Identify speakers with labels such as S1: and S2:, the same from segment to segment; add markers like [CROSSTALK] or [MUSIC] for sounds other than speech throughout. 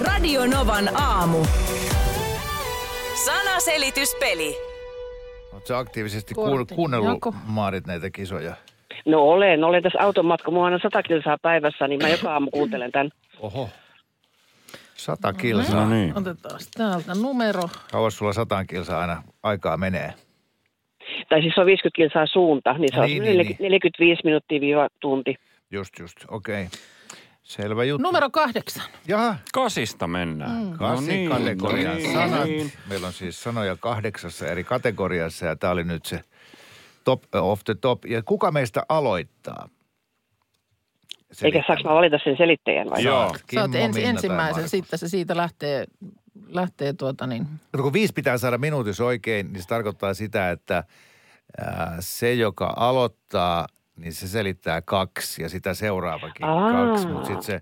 S1: Radio Novan aamu. Sanaselityspeli.
S2: Oletko aktiivisesti kuul- kuunnellut Maarit näitä kisoja?
S3: No olen, olen tässä automatka, mua aina sata kilsaa päivässä, niin mä joka aamu kuuntelen tämän.
S2: Oho. Sata kilsaa.
S4: No niin.
S5: Otetaan täältä numero.
S2: Kauas sulla sataan kilsaa aina aikaa menee.
S3: Tai siis se on 50 kilsaa suunta, niin se on
S2: Niin,
S3: niin,
S2: niin,
S3: niin, 45 minuuttia viiva tunti.
S2: Just, just. Okei. Selvä
S4: No.
S2: juttu.
S5: Numero kahdeksan.
S2: Jaha.
S4: Kasista mennään. Mm.
S2: Kasi kategorian
S4: niin,
S2: sanat.
S4: niin.
S2: Meillä on siis sanoja kahdeksassa eri kategoriassa ja tämä oli nyt se top of the top. Ja kuka meistä aloittaa?
S3: Eikä saaks mä valita sen selittäjän vai?
S4: Joo.
S5: Sä oot ens,
S2: Minna tai
S5: ensimmäisen,
S2: Markus.
S5: sitten se siitä lähtee, lähtee tuota niin.
S2: Kato, kun viisi pitää saada minuutissa oikein, niin se tarkoittaa sitä, että ää, se, joka aloittaa, niin se selittää kaksi ja sitä seuraavakin
S3: Aa.
S2: kaksi. Mutta sitten se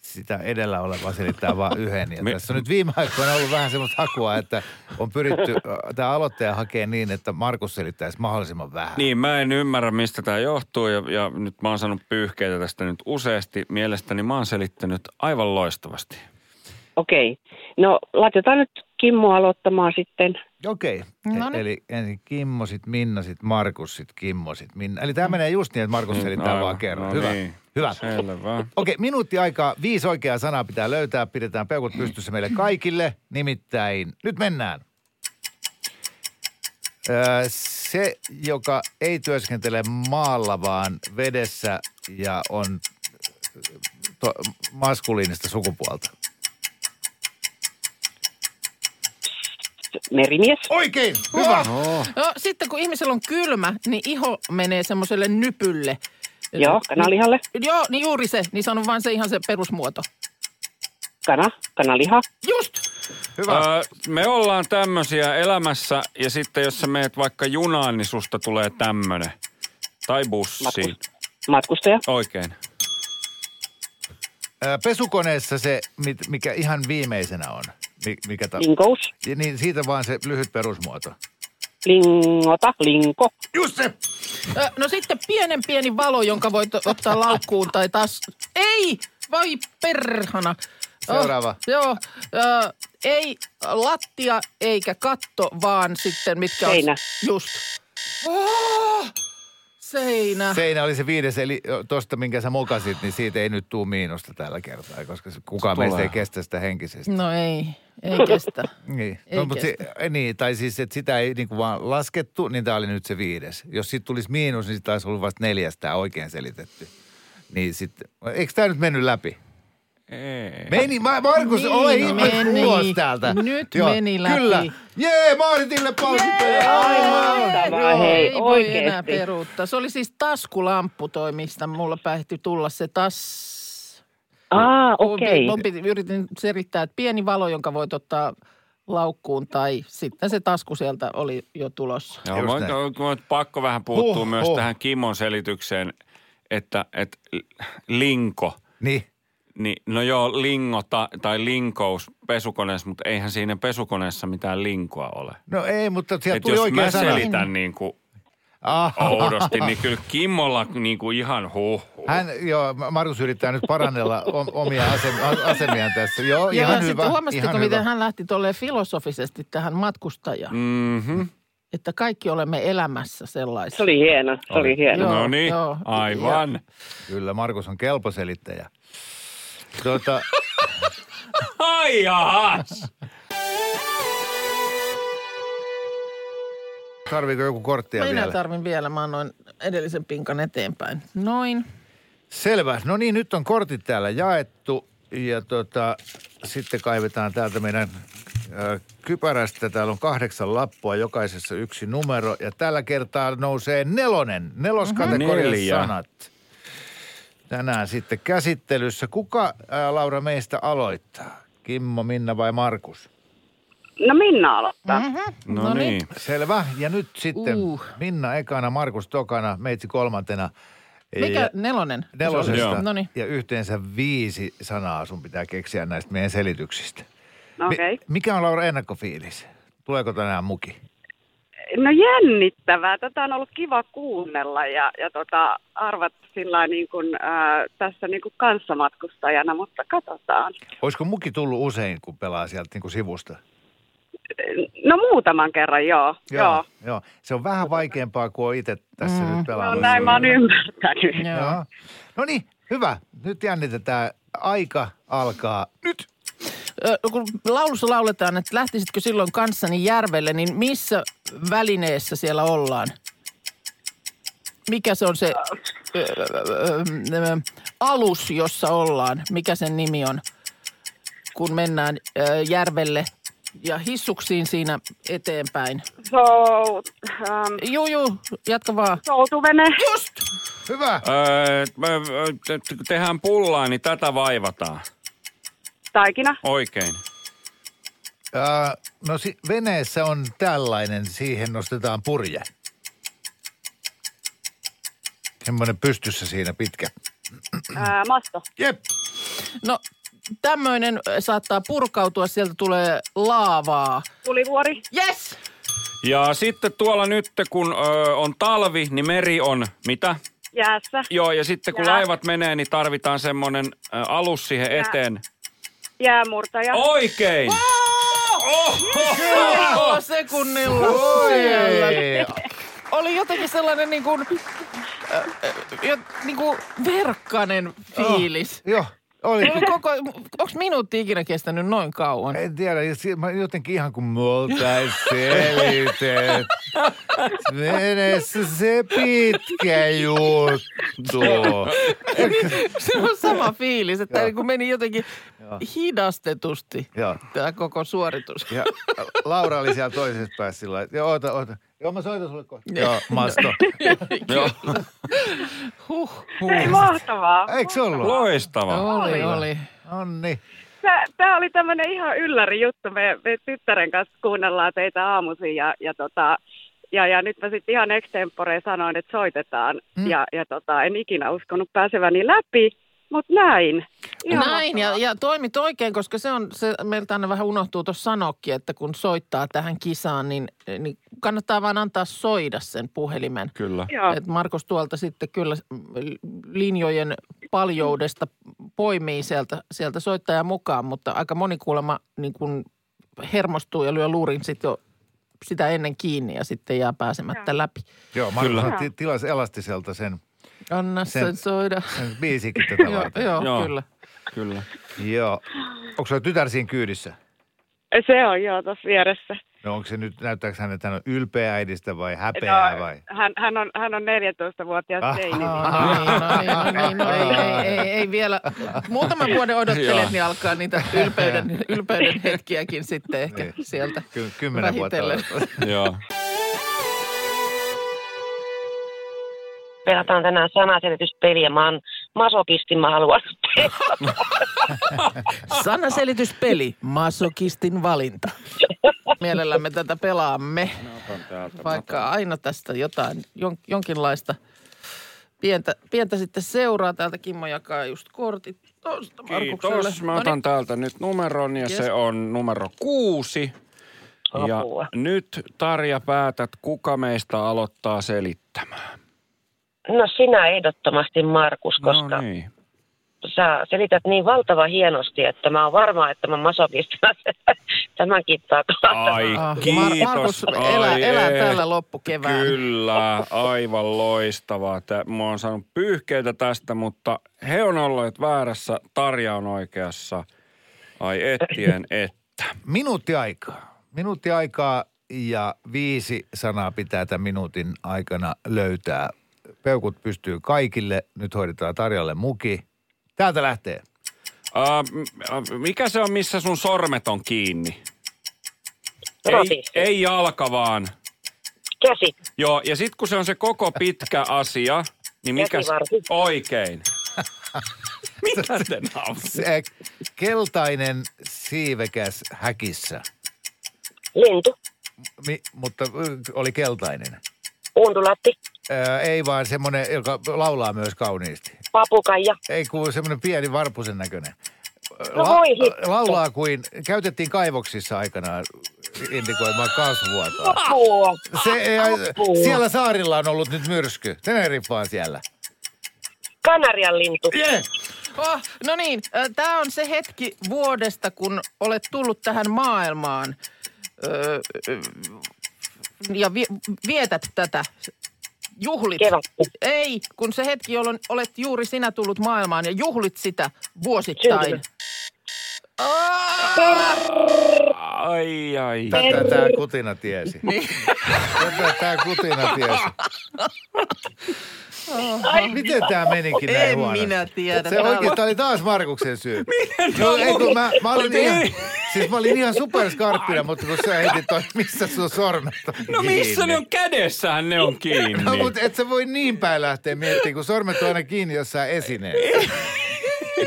S2: sitä edellä oleva selittää vain yhden. Ja
S4: Me-
S2: tässä on nyt viime aikoina ollut vähän semmoista hakua, että on pyritty tämä aloittaja hakee niin, että Markus selittäisi mahdollisimman vähän.
S4: Niin, mä en ymmärrä, mistä tämä johtuu ja, ja nyt mä oon saanut pyyhkeitä tästä nyt useasti. Mielestäni mä oon selittänyt aivan loistavasti.
S3: Okei. No laitetaan nyt Kimmo aloittamaan sitten.
S2: Okei.
S5: No niin.
S2: E- Eli ensin Kimmo, sit Minna, sit Markus, sit Kimmo, sit Minna. Eli
S5: Mm.
S2: tämä menee just niin, että Markus selittää
S4: aivan.
S2: vaan kerran.
S4: No
S2: Hyvä.
S4: niin.
S2: Hyvä.
S4: Selvä.
S2: Okei, minuutti aikaa. Viisi oikeaa sanaa pitää löytää. Pidetään peukut pystyssä meille kaikille. Nimittäin nyt mennään. Öö, se, joka ei työskentele maalla, vaan vedessä ja on to- maskuliinista sukupuolta.
S3: Merimies.
S2: Oikein! Hyvä!
S4: Oh,
S5: No, sitten kun ihmisellä on kylmä, niin iho menee semmoiselle nypylle.
S3: Joo, kanalihalle.
S5: Joo, niin juuri se. Niin sanon vaan se ihan se perusmuoto.
S3: Kana, kanaliha.
S5: Just!
S2: Hyvä!
S4: Ö, me ollaan tämmöisiä elämässä ja sitten jos sä meet vaikka junaan, niin susta tulee tämmönen. Tai bussiin.
S3: Matkus- Matkustaja.
S4: Oikein.
S2: Ää, Pesukoneessa se, mit- mikä ihan viimeisenä on, mi- mikä ta-
S3: Linkous.
S2: Ja niin siitä vaan se lyhyt perusmuoto.
S3: Lingota. Linko.
S2: Just se!
S5: Ö, No sitten pienen pieni valo, jonka voit o- ottaa laukkuun tai taas... Ei! Voi perhana.
S2: Seuraava.
S5: Oh, joo. Ö, ei lattia eikä katto, vaan sitten mitkä on...
S3: Seinä.
S5: Just. Oh, seinä.
S2: Seinä oli se viides, eli tuosta minkä sä mokasit, niin siitä ei nyt tuu miinusta tällä kertaa, koska se- kukaan
S4: Tulee.
S2: meistä ei kestä sitä henkisesti.
S5: No ei, ei kestä.
S2: Niin.
S5: Mm. Ei
S2: no, mutta se, niin, tai siis, että sitä ei niinku vaan laskettu, niin tämä oli nyt se viides. Jos siitä tulisi miinus, niin sitä olisi ollut vasta neljäs tää oikein selitetty. Niin sitten, eikö tämä nyt mennyt läpi?
S4: Ei.
S2: Meni, Ma- Markus, niin, ole ihme
S5: meni.
S2: ulos täältä.
S5: Nyt meni läpi.
S2: Kyllä. Jee, Maaritille palkintoja.
S3: Mahtavaa,
S5: Joo,
S3: hei,
S5: ei voi
S3: oikeesti.
S5: enää peruuttaa. Se oli siis taskulamppu toi, mistä mulla päihti tulla se tas...
S3: Aa, okei.
S5: Mun piti- Yritin selittää, että pieni valo, jonka voit ottaa laukkuun tai sitten se tasku sieltä oli jo tulossa.
S4: Joo,
S2: Just
S4: mä,
S2: näin.
S4: mä, mä, pakko vähän puuttua
S2: Huh,
S4: myös
S2: huh.
S4: tähän Kimon selitykseen, että, että linko,
S2: Niin.
S4: niin no joo, lingo ta, tai linkous pesukoneessa, mutta eihän siinä pesukoneessa mitään linkoa ole.
S2: No ei, mutta sieltä
S4: Et
S2: tuli
S4: jos
S2: oikea
S4: mä
S2: sana.
S4: selitän niin kuin
S2: Ah,
S4: oudosti, niin kyllä Kimmolla niin kuin ihan huh.
S2: Hän, joo, Ma- Markus yrittää nyt parannella o- omia asem- a- asemiaan tässä. Joo,
S5: Ja
S2: ihan hyvä.
S5: sitten huomasitteko,
S2: ihan
S5: miten
S2: hyvä. Mm.
S5: hän lähti tolleen filosofisesti tähän matkustajaan?
S4: Mm-hmm.
S5: Että kaikki olemme elämässä sellaisia.
S3: Se oli hieno, se oli hieno.
S5: Joo,
S4: No niin,
S5: joo.
S4: aivan.
S2: Kyllä, Markus on kelpo selittäjä. Tuota,
S4: Ai jahas.
S2: tarviiko joku korttia
S5: Minä
S2: vielä?
S5: tarvin vielä, mä annoin edellisen pinkan eteenpäin. Noin.
S2: Selvä. No niin, nyt on kortit täällä jaettu ja tota, sitten kaivetaan täältä meidän ö, kypärästä. Täällä on kahdeksan lappua, jokaisessa yksi numero ja tällä kertaa nousee nelonen. Neloskategorian
S4: Neljä.
S2: sanat. Tänään sitten käsittelyssä. Kuka, ää, Laura, meistä aloittaa? Kimmo, Minna vai Markus?
S3: No Minna aloittaa.
S5: Mhm.
S4: No niin.
S2: Selvä. Ja nyt sitten
S5: Uh.
S2: Minna ekana, Markus tokana, meitsi kolmantena.
S5: Mikä nelonen?
S2: Nelosesta.
S5: No niin.
S2: Ja yhteensä viisi sanaa sun pitää keksiä näistä meidän selityksistä.
S3: No
S2: Mi-
S3: Okei.
S2: mikä on Laura ennakkofiilis? Tuleeko tänään muki?
S6: No jännittävää. Tätä on ollut kiva kuunnella ja, ja tota, arvat sillä niin kuin, ää, tässä niin kuin kanssamatkustajana, mutta katsotaan.
S2: Olisiko muki tullut usein, kun pelaa sieltä niin kuin sivusta?
S6: No muutaman kerran, joo. joo. joo.
S2: joo. Se on vähän vaikeampaa kuin on itse tässä
S5: Mm.
S2: mm. nyt
S6: No,
S2: pelannut.
S6: näin mä oon ymmärtänyt.
S5: Joo.
S2: Joo. No niin, hyvä. Nyt jännitetään. Aika alkaa nyt.
S5: Ö, Kun laulussa lauletaan, että lähtisitkö silloin kanssani järvelle, niin missä välineessä siellä ollaan? Mikä se on se ö, ö, ö, ö, alus, jossa ollaan? Mikä sen nimi on, kun mennään ö, järvelle ja hissuksiin siinä eteenpäin?
S6: So, ähm,
S5: Juu, juu, jatka vaan.
S6: soutuvene.
S5: Just!
S2: Hyvä.
S4: Öö, mä- ö, te- te- kun tehdään pullaa, niin tätä vaivataan.
S6: Taikina.
S4: Oikein.
S2: Äh, no si- veneessä on tällainen, siihen nostetaan purje. Semmoinen pystyssä siinä pitkä.
S6: Ää, masto.
S2: Jep.
S5: No, tämmöinen saattaa purkautua, sieltä tulee laavaa.
S6: Tulivuori.
S5: Yes!
S4: Ja sitten tuolla nyt, kun öö, on talvi, niin meri on mitä?
S6: Jäässä.
S4: Joo, ja sitten kun
S6: Jää.
S4: laivat menee, niin tarvitaan semmoinen ö, alus siihen eteen.
S6: Jäämurtaja.
S4: Oh. Oikein!
S5: Kahdella sekunnilla siellä.
S2: Oi.
S5: Oli jotenkin sellainen niin kuin, äh, niin kuin verkkanen fiilis.
S2: Joo, oli.
S5: Mulla on Koko, onko minuutti ikinä kestänyt noin kauan?
S2: En tiedä, ja si- mä jotenkin ihan kuin me oltais selitet. Veneessä se pitkä juttu.
S5: Se on sama fiilis, että
S2: Joo.
S5: niin kuin meni jotenkin hidastetusti
S2: Joo.
S5: tämä koko suoritus.
S2: Ja Laura oli siellä toisessa päässä sillä lailla, että joo, oota, oota. Joo, mä soitan sulle kohta. Joo, masto.
S4: Joo,
S5: Huh,
S6: Ei mahtavaa.
S2: Eikö se ollut?
S4: loistavaa.
S5: oli, oli.
S2: Onni.
S6: Tämä oli tämmöinen ihan ylläri juttu. Me, me tyttären kanssa kuunnellaan teitä aamuisin ja, ja, tota, ja, ja nyt mä sitten ihan extempore sanoin, että soitetaan. Mm. Ja, ja tota, en ikinä uskonut pääseväni läpi, mutta näin. Ihan
S5: Näin, ja,
S6: mahtavaa.
S5: ja toimit oikein, koska se on, se meiltä aina vähän unohtuu tuossa sanokin, että kun soittaa tähän kisaan, niin, niin kannattaa vaan antaa soida sen puhelimen.
S4: Kyllä.
S6: Joo.
S5: Et Markus tuolta sitten kyllä mm, linjojen paljoudesta poimii sieltä, sieltä soittajaa mukaan, mutta aika moni kuulemma niin kun hermostuu ja lyö luurin sitten jo sitä ennen kiinni ja sitten jää pääsemättä läpi.
S2: Joo,
S4: Kyllä.
S2: Markus ti- tilasi Elastiselta sen,
S5: Anna sen,
S2: Sen-
S5: soida.
S2: sen biisikin tätä
S5: Joo,
S2: varten.
S5: joo,
S4: Joo.
S5: kyllä.
S4: Kyllä.
S2: Joo. Onko sulla tytär siinä kyydissä?
S6: Se on joo tuossa vieressä.
S2: No onko se nyt, näyttääkö hän, että hän on ylpeä äidistä vai häpeää
S6: No,
S2: vai?
S6: hän, hän, on, hän on 14-vuotias
S2: Ah.
S6: teini.
S5: No niin, no niin, no niin, no ei, ei, ei, ei vielä. Muutaman vuoden odottelet,
S4: Joo.
S5: niin alkaa niitä ylpeyden, ylpeyden hetkiäkin sitten ehkä
S2: Niin.
S5: sieltä.
S2: Ky- kymmenen vuotta.
S5: vähitellen.
S4: Joo.
S7: pelataan tänään sanaselityspeliä. Mä oon masokisti, mä haluan [LAUGHS]
S5: Sanaselityspeli, masokistin valinta. Mielellämme tätä pelaamme, vaikka aina tästä jotain, jon- jonkinlaista pientä, pientä sitten seuraa. Täältä Kimmo jakaa just kortit tuosta Markukselle. No niin,
S4: Kiitos. Mä otan täältä nyt numeron ja
S5: Yes.
S4: se on numero kuusi. Ja
S7: Apua.
S4: nyt Tarja päätät, kuka meistä aloittaa selittämään.
S7: No sinä ehdottomasti, Markus, koska
S4: No
S7: no niin.
S4: niin.
S7: sä selität niin valtava hienosti, että mä oon varma, että mä [LAUGHS] masokistina tämänkin takaa.
S4: Ai
S5: Ah,
S4: kiitos.
S5: Mar- Markus,
S4: Ai
S5: elä, elä
S4: ei.
S5: tällä loppukevään.
S4: Kyllä, aivan loistavaa. Tää- Mä oon saanut pyyhkeitä tästä, mutta he on olleet väärässä, Tarja on oikeassa. Ai ettien että.
S2: Minuutti aikaa. Minuutti aikaa ja viisi sanaa pitää tämän minuutin aikana löytää. Peukut pystyy kaikille. Nyt hoidetaan Tarjalle muki. Täältä lähtee.
S4: Äh, m- mikä se on, missä sun sormet on kiinni? Ei,
S7: Roti.
S4: ei jalka vaan.
S7: Käsi.
S4: Joo, ja sitten kun se on se koko pitkä asia, niin mikä... se-
S7: Käsivarsi.
S4: Oikein. Mitä te nautit?
S2: Se, eh, keltainen siivekäs häkissä,
S7: Lintu.
S2: Mi, mutta ö, oli keltainen.
S7: Undulaatti.
S2: Ö, ei vaan semmoinen, joka laulaa myös kauniisti.
S7: Papukaija.
S2: Ei kun semmoinen pieni varpusen näköinen.
S7: No voi hitto.
S2: laulaa kuin, käytettiin kaivoksissa aikanaan indikoimaan kasvuotaan.
S4: Ah!
S7: Apua!
S2: Se, ei,
S7: Apua.
S2: siellä saarilla on ollut nyt myrsky. Teneriffa on siellä.
S7: Kanarian lintu.
S2: Yeah.
S5: Oh, no niin, tämä on se hetki vuodesta, kun olet tullut tähän maailmaan öö, ö, ja vi- vietät tätä. Juhlit.
S7: Kevättä.
S5: Ei, kun se hetki, jolloin olet juuri sinä tullut maailmaan ja juhlit sitä vuosittain.
S7: Syntynyt.
S5: Oh!
S4: Ai, ai.
S2: Tätä tämä kutina tiesi. Tätä tämä kutina tiesi. Miten tämä menikin näin
S5: En
S2: huonosti?
S5: minä tiedä.
S2: Se
S5: Tää
S2: oikeastaan oli taas Markuksen syy. No, ei, kun mä, mä, olin
S4: Miten?
S2: ihan, siis mä olin ihan superskarppina, mutta kun sä heitit toi, missä sun sormet on
S4: No missä ne on? Kädessähän ne on kiinni.
S2: No, mutta et sä voi niin päin lähteä miettimään, kun sormet on aina kiinni jossain esineessä.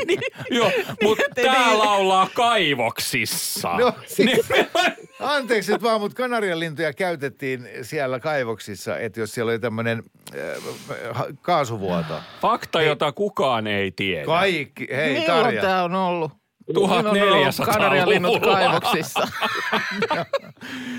S4: Niin, Joo, mutta tää laulaa kaivoksissa.
S2: niin. No, siis-
S4: Niin,
S2: Anteeksi nyt vaan, mutta kanarialintuja käytettiin siellä kaivoksissa, että jos siellä oli tämmöinen äh, ha- kaasuvuoto.
S4: Fakta, jota kukaan ei tiedä.
S2: Kaikki, hei
S5: Milloin
S2: Tarja.
S5: tämä on ollut?
S4: 1400-luvulla.
S5: Kanarialinnut kaivoksissa.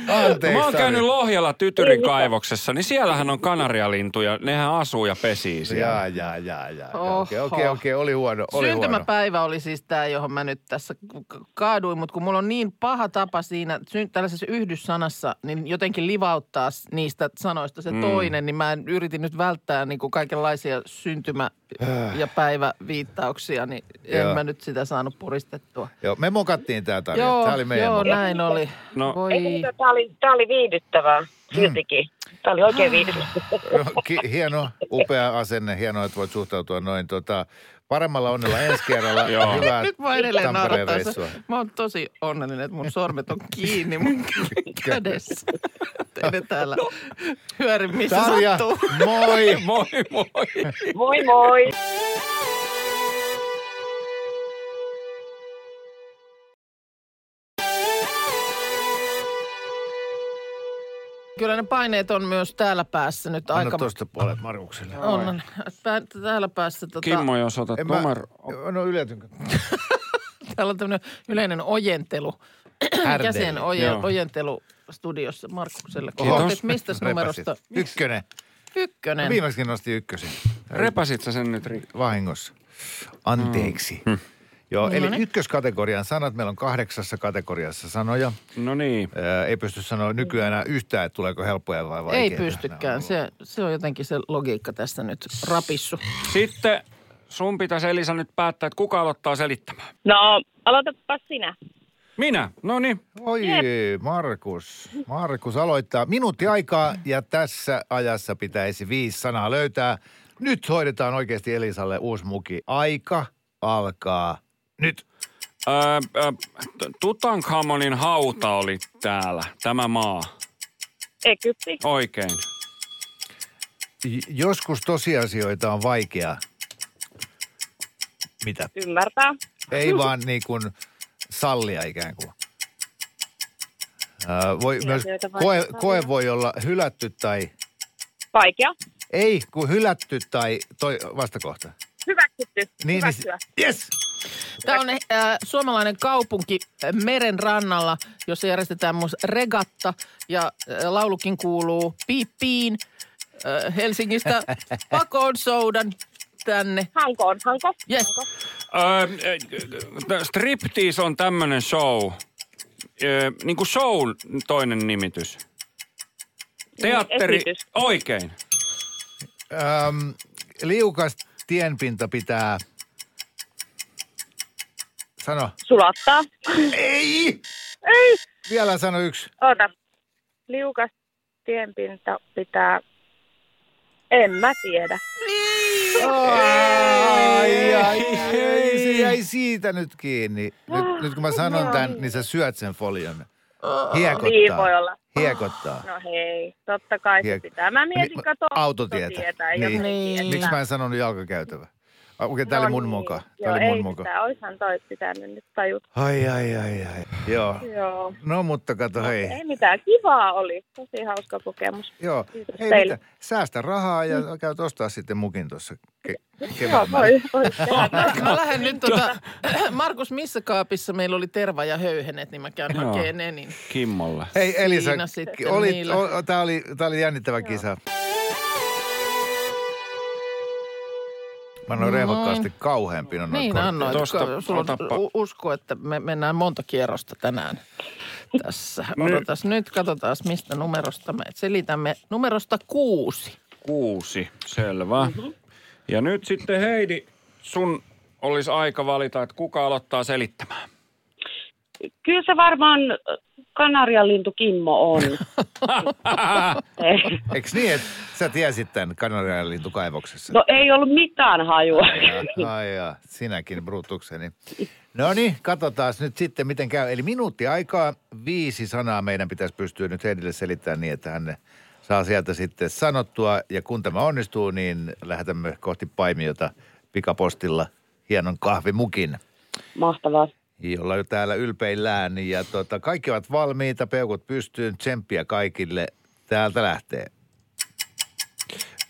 S2: Anteeksi
S4: Mä oon
S2: Tarja.
S4: käynyt Lohjalla Tytyrin kaivoksessa, niin siellähän on kanarialintuja. Nehän asuu ja pesii siellä.
S2: Jaa, jaa, jaa, jaa. jaa.
S5: Oho.
S2: Okei, okei, okei, oli huono, oli huono.
S5: Syntymäpäivä oli siis tämä, johon mä nyt tässä k- k- kaaduin, mutta kun mulla on niin paha tapa siinä syn- tällaisessa yhdyssanassa, niin jotenkin livauttaa s- niistä sanoista se mm. toinen, niin mä en- yritin nyt välttää niin kuin kaikenlaisia syntymä- ja päiväviittauksia, niin en
S2: Äh. Joo.
S5: mä nyt sitä saanut puristettua.
S2: Joo, me mokattiin tää Tarja. tää oli meidän
S5: joo
S2: moka.
S5: näin oli.
S4: No.
S5: No. Voi.
S7: Tämä oli, tää oli viihdyttävää siltikin.
S4: Mm.
S7: Tämä oli oikein viihdyttävää.
S2: No, [LAUGHS] ki- hieno, upea asenne. Hienoa, että voit suhtautua noin. Tota, paremmalla onnella ensi kerralla.
S4: [LAUGHS] Joo.
S2: Hyvää
S5: Nyt mä edelleen
S2: Tampereen
S5: naurattaa
S2: reissua.
S5: se. Mä oon tosi onnellinen, että mun sormet on kiinni
S2: [LAUGHS]
S5: mun kädessä. Ei ne täällä
S2: No.
S5: hyöri, missä
S2: Tarja,
S5: sattuu.
S2: moi!
S4: [LAUGHS] Moi moi.
S7: Moi moi!
S5: Kyllä ne paineet on myös täällä päässä nyt
S2: Anna
S5: aika...
S2: tuosta puolet Markukselle.
S5: on, on. Pää, täällä päässä tota,
S4: Kimmo, jos otat
S2: En mä,
S4: numero.
S2: no yletynkö?
S5: täällä on tämmöinen yleinen ojentelu.
S2: Härdeli.
S5: Käsen oje,
S4: Joo.
S5: ojentelu studiossa Markukselle.
S4: Kiitos.
S5: Kiitos. Mistä numerosta?
S2: Repäsit. No Ykkönen.
S5: Ykkönen.
S2: Viimeksikin nosti ykkösen.
S4: Repäsit sä sen nyt, Rik?
S2: Vahingossa. Anteeksi. Joo,
S5: No
S2: eli
S5: niin.
S2: ykköskategorian sanat. Meillä on kahdeksassa kategoriassa sanoja.
S4: No niin.
S2: Ää, ei pysty sanoa nykyään enää yhtään, että tuleeko helppoja vai
S5: Ei
S2: vaikeita.
S5: pystykään. Se, se on jotenkin se logiikka tässä nyt rapissu.
S4: Sitten sun pitäisi Elisa nyt päättää, että kuka aloittaa selittämään.
S8: No, aloitapa sinä.
S4: Minä? No niin.
S2: Oi, Markus. Markus aloittaa. Minuutti aikaa ja tässä ajassa pitäisi viisi sanaa löytää. Nyt hoidetaan oikeasti Elisalle uusi muki. Aika alkaa nyt.
S4: Öö, öö, t- Tutankhamonin hauta oli täällä, tämä maa.
S8: Egypti,
S4: Oikein.
S2: J- Joskus tosiasioita on vaikea. Mitä?
S8: ymmärtää.
S2: Ei vaan niin kuin sallia ikään kuin. Ää, voi myös,
S8: Tosiasioita
S2: koe,
S8: vaikea
S2: koe
S8: sallia.
S2: voi olla hylätty tai...
S8: Vaikea.
S2: Ei, kun hylätty tai... Toi vastakohta.
S8: Hyväksytty.
S2: Niin,
S8: Hyväksyä.
S2: niin, yes!
S5: Tämä on äh, suomalainen kaupunki äh, meren rannalla, jossa järjestetään myös regatta ja äh, laulukin kuuluu piippiin äh, Helsingistä
S4: [LAUGHS]
S5: pakoon soudan tänne.
S8: Hankoon. Hanko.
S5: Yes.
S4: Öö, ö, striptease on tämmönen show. Öö, niin kuin show toinen nimitys. Teatteri.
S8: esitys.
S4: Oikein.
S2: Öm, liukas tienpinta pitää... Sano.
S8: Sulattaa.
S2: Ei!
S8: Ei.
S2: Vielä sano yksi.
S8: Oota. Liukas tienpinta pitää... En mä tiedä.
S2: Ai, ai, ei, se jäi siitä nyt kiinni. Nyt, nyt kun mä sanon tämän, niin sä syöt sen folion.
S8: Niin
S2: Hiekottaa.
S8: voi olla.
S2: Hiekottaa.
S8: No hei, totta kai
S2: Hiek-
S8: se pitää. Mä mietin,
S2: Niin,
S8: kato
S2: autotietä.
S8: autotietä, ei
S2: Niin.
S8: jotenkin, että-
S2: Miksi mä en sanonut jalkakäytävä? Ah, Okei, okay, tämä oli mun muka. Tämä
S8: No niin. Joo,
S2: oli mun
S8: ei
S2: muka.
S8: Sitä, oishan toi pitänyt nyt tajuta.
S2: Ai, ai, ai, ai. Joo.
S8: Joo.
S2: No mutta kato, hei.
S8: Ei mitään, kivaa oli. Tosi hauska kokemus.
S2: Joo,
S8: Kiitos
S2: hei
S8: teille.
S2: mitä, säästä rahaa ja käyt ostaa sitten mukin tuossa ke-
S8: Joo,
S2: keväällä.
S8: voi, voi
S3: [LAUGHS]
S8: tehdä.
S5: Mä, mä lähden nyt tuota, [CLEARS THROAT] Markus, missä kaapissa meillä oli terva ja höyhenet, niin mä käyn
S4: Joo.
S5: hakemaan ne, niin
S4: Kimmolle.
S2: Hei Elisa,
S5: Siinä sitten
S2: oli,
S5: niillä.
S2: o, tää, oli, tää oli jännittävä kisa. Mä annoin rehvakkaasti kauhean pinon noin
S5: Niin
S2: kortit.
S5: annoin.
S4: Tosta
S5: Tosta, Sulla
S4: otappa.
S5: on usko, että me mennään monta kierrosta tänään tässä.
S4: Nyt.
S5: Odotas nyt, katsotaan mistä numerosta me selitämme. Numerosta kuusi.
S4: Kuusi, selvä. Ja nyt sitten Heidi, sun olisi aika valita, että kuka aloittaa selittämään.
S3: Kyllä se varmaan
S6: äh,
S3: kanarialintu Kimmo on. Eh,
S2: Eiks niin, että sä tiesit tämän Kanarian lintukaivoksessa?
S3: no ei ollut mitään hajua.
S2: Ai jaa, sinäkin brutukseni. No niin, katsotaan nyt sitten, miten käy. Eli minuutti aikaa, viisi sanaa meidän pitäisi pystyä nyt Heidille selittämään niin, että hän saa sieltä sitten sanottua. Ja kun tämä onnistuu, niin lähetämme kohti Paimiota pikapostilla hienon kahvimukin,
S3: Mahtavaa.
S2: jolla jo täällä ylpeillään. Ja tota, kaikki ovat valmiita, peukut pystyyn, tsemppiä kaikille. Täältä lähtee.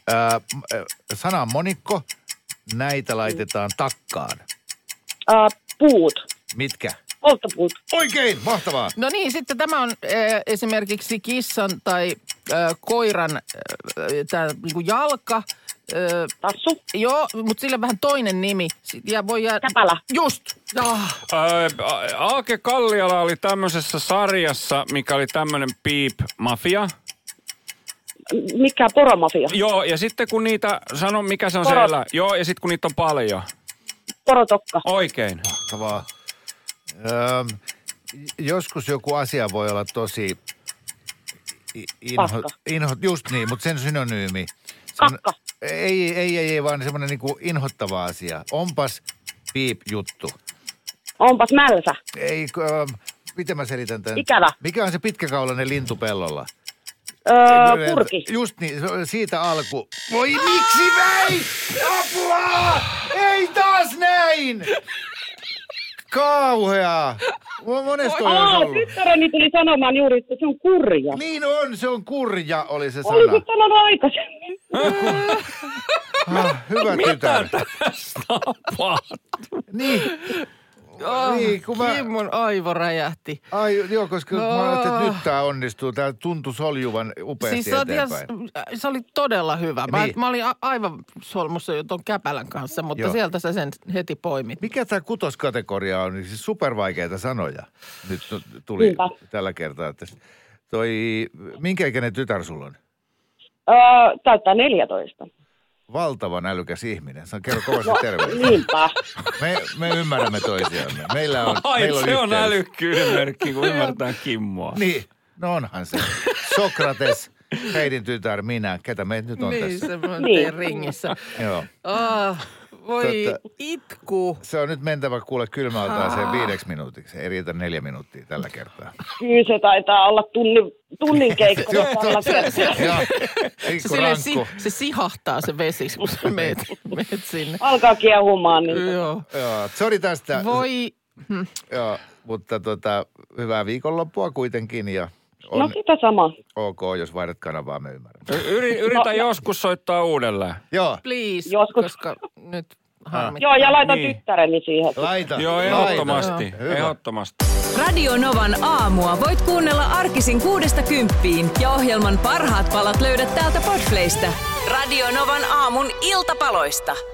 S2: Ää, m- ä, sana on monikko. Näitä laitetaan takkaan.
S3: Uh, puut.
S2: Mitkä?
S3: Polttopuut.
S2: Oikein, mahtavaa.
S5: No niin, sitten tämä on äh, esimerkiksi kissan tai äh, koiran äh, tää, niinku jalka. Äh,
S3: Tassu.
S5: joo, mutta sillä on vähän toinen nimi. Sit- Ja voi jää...
S3: Käpälä.
S5: Just. Ah.
S4: Ää, A- Aake Kalliala oli tämmöisessä sarjassa, mikä oli tämmöinen Beep Mafia.
S3: M- Mikä poromafia?
S4: Joo, ja sitten kun niitä, sano mikä se on
S3: Porot.
S4: siellä. Joo, ja sitten kun niitä on paljon.
S3: Porotokka.
S2: [LAUGHS]
S4: Oikein.
S2: Mahtavaa. Öm, joskus joku asia voi olla tosi i- inho,
S3: Paska.
S2: inho, just niin, mutta sen synonyymi. Sen,
S3: Kakka.
S2: ei, ei, ei, ei, vaan semmoinen niinku inhottava asia. Onpas piip juttu.
S3: Onpas mälsä.
S2: Ei, kun, öm, miten mä selitän tämän?
S3: Ikävä.
S2: Mikä on se pitkäkaulainen lintu pellolla?
S3: Öö, purki.
S2: Just niin, se on siitä alku. Voi miksi näin? Apua! Ei taas näin! Kauheaa! Mu- Monesti toi olisi
S3: Aa,
S2: ollut.
S3: tyttäreni tuli sanomaan juuri, että se on kurja.
S2: Niin on, se on kurja, oli se sana.
S3: Olisit sanonut aikaisemmin.
S2: Ah, hyvä tytär. Niin,
S5: Ah,
S2: Niin, kun mä-
S5: Kimmon aivo räjähti.
S2: ai, joo, koska mä ajattelin, että
S5: Ah.
S2: nyt tää onnistuu. Tää tuntui soljuvan upeasti
S5: Siis sä oot ihan,
S2: eteenpäin.
S5: se oli todella hyvä. Mä,
S2: Niin.
S5: niin. mä olin a- aivan solmussa jo ton käpälän kanssa, mutta
S2: Joo.
S5: Joo. sieltä sä sen heti poimit.
S2: Mikä tämä kutoskategoria on? Siis supervaikeita sanoja nyt tu- tuli
S3: Niinpä.
S2: tällä kertaa. Että toi, minkä ikäinen tytär sulla on?
S3: Öö, täyttää 14.
S2: Valtavan älykäs ihminen. Sano, kerro kovasti terveisiä.
S7: niin.
S3: Niinpä.
S2: Me, me ymmärrämme toisiamme. Meillä on,
S4: Ai,
S2: meillä on
S4: se on
S2: yhteys.
S4: älykkyyden merkki, kun ymmärtää Kimmoa.
S2: Niin, no onhan se. Sokrates, Heidin tytär, minä. Ketä meitä nyt on
S5: Niin,
S2: tässä?
S5: semmoinen
S3: Niin.
S5: niin. ringissä.
S2: Joo.
S5: Ah, voi
S2: Tota-
S5: itku.
S2: Se on nyt mentävä kuule kylmältään
S4: Ah.
S2: viideksi minuutiksi. Ei riitä neljä minuuttia tällä kertaa.
S3: Kyllä se taitaa olla tunnin,
S2: [LAUGHS]
S3: tunnin keikka.
S2: Joo,
S3: tällä
S2: se,
S3: kertaa.
S2: se, joo.
S5: Se,
S2: Pikku
S5: silleen si,
S2: rankku.
S5: se sihahtaa se vesi, kun sä meet, meet sinne.
S3: Alkaa kiehumaan. Niin.
S5: Joo.
S2: Joo, sori tästä.
S5: Voi,
S2: Joo, mutta tota, hyvää viikonloppua kuitenkin ja on
S3: No sitä sama.
S2: ok, jos vaihdat kanavaa, me ymmärrämme.
S4: Y- Yri,
S2: No,
S4: yritä joskus soittaa uudelleen.
S2: Joo,
S5: please,
S3: Joskus.
S5: koska nyt
S3: Joo,
S5: harmittaa.
S3: ja laita
S4: Niin.
S3: niin. tyttäreni siihen.
S2: laita.
S4: Joo,
S2: laita.
S4: ehdottomasti.
S2: Hyvä.
S4: Ehdottomasti.
S1: Radio Novan aamua voit kuunnella arkisin kuudesta kymppiin ja ohjelman parhaat palat löydät täältä Podplaysta. Radio Novan aamun iltapaloista.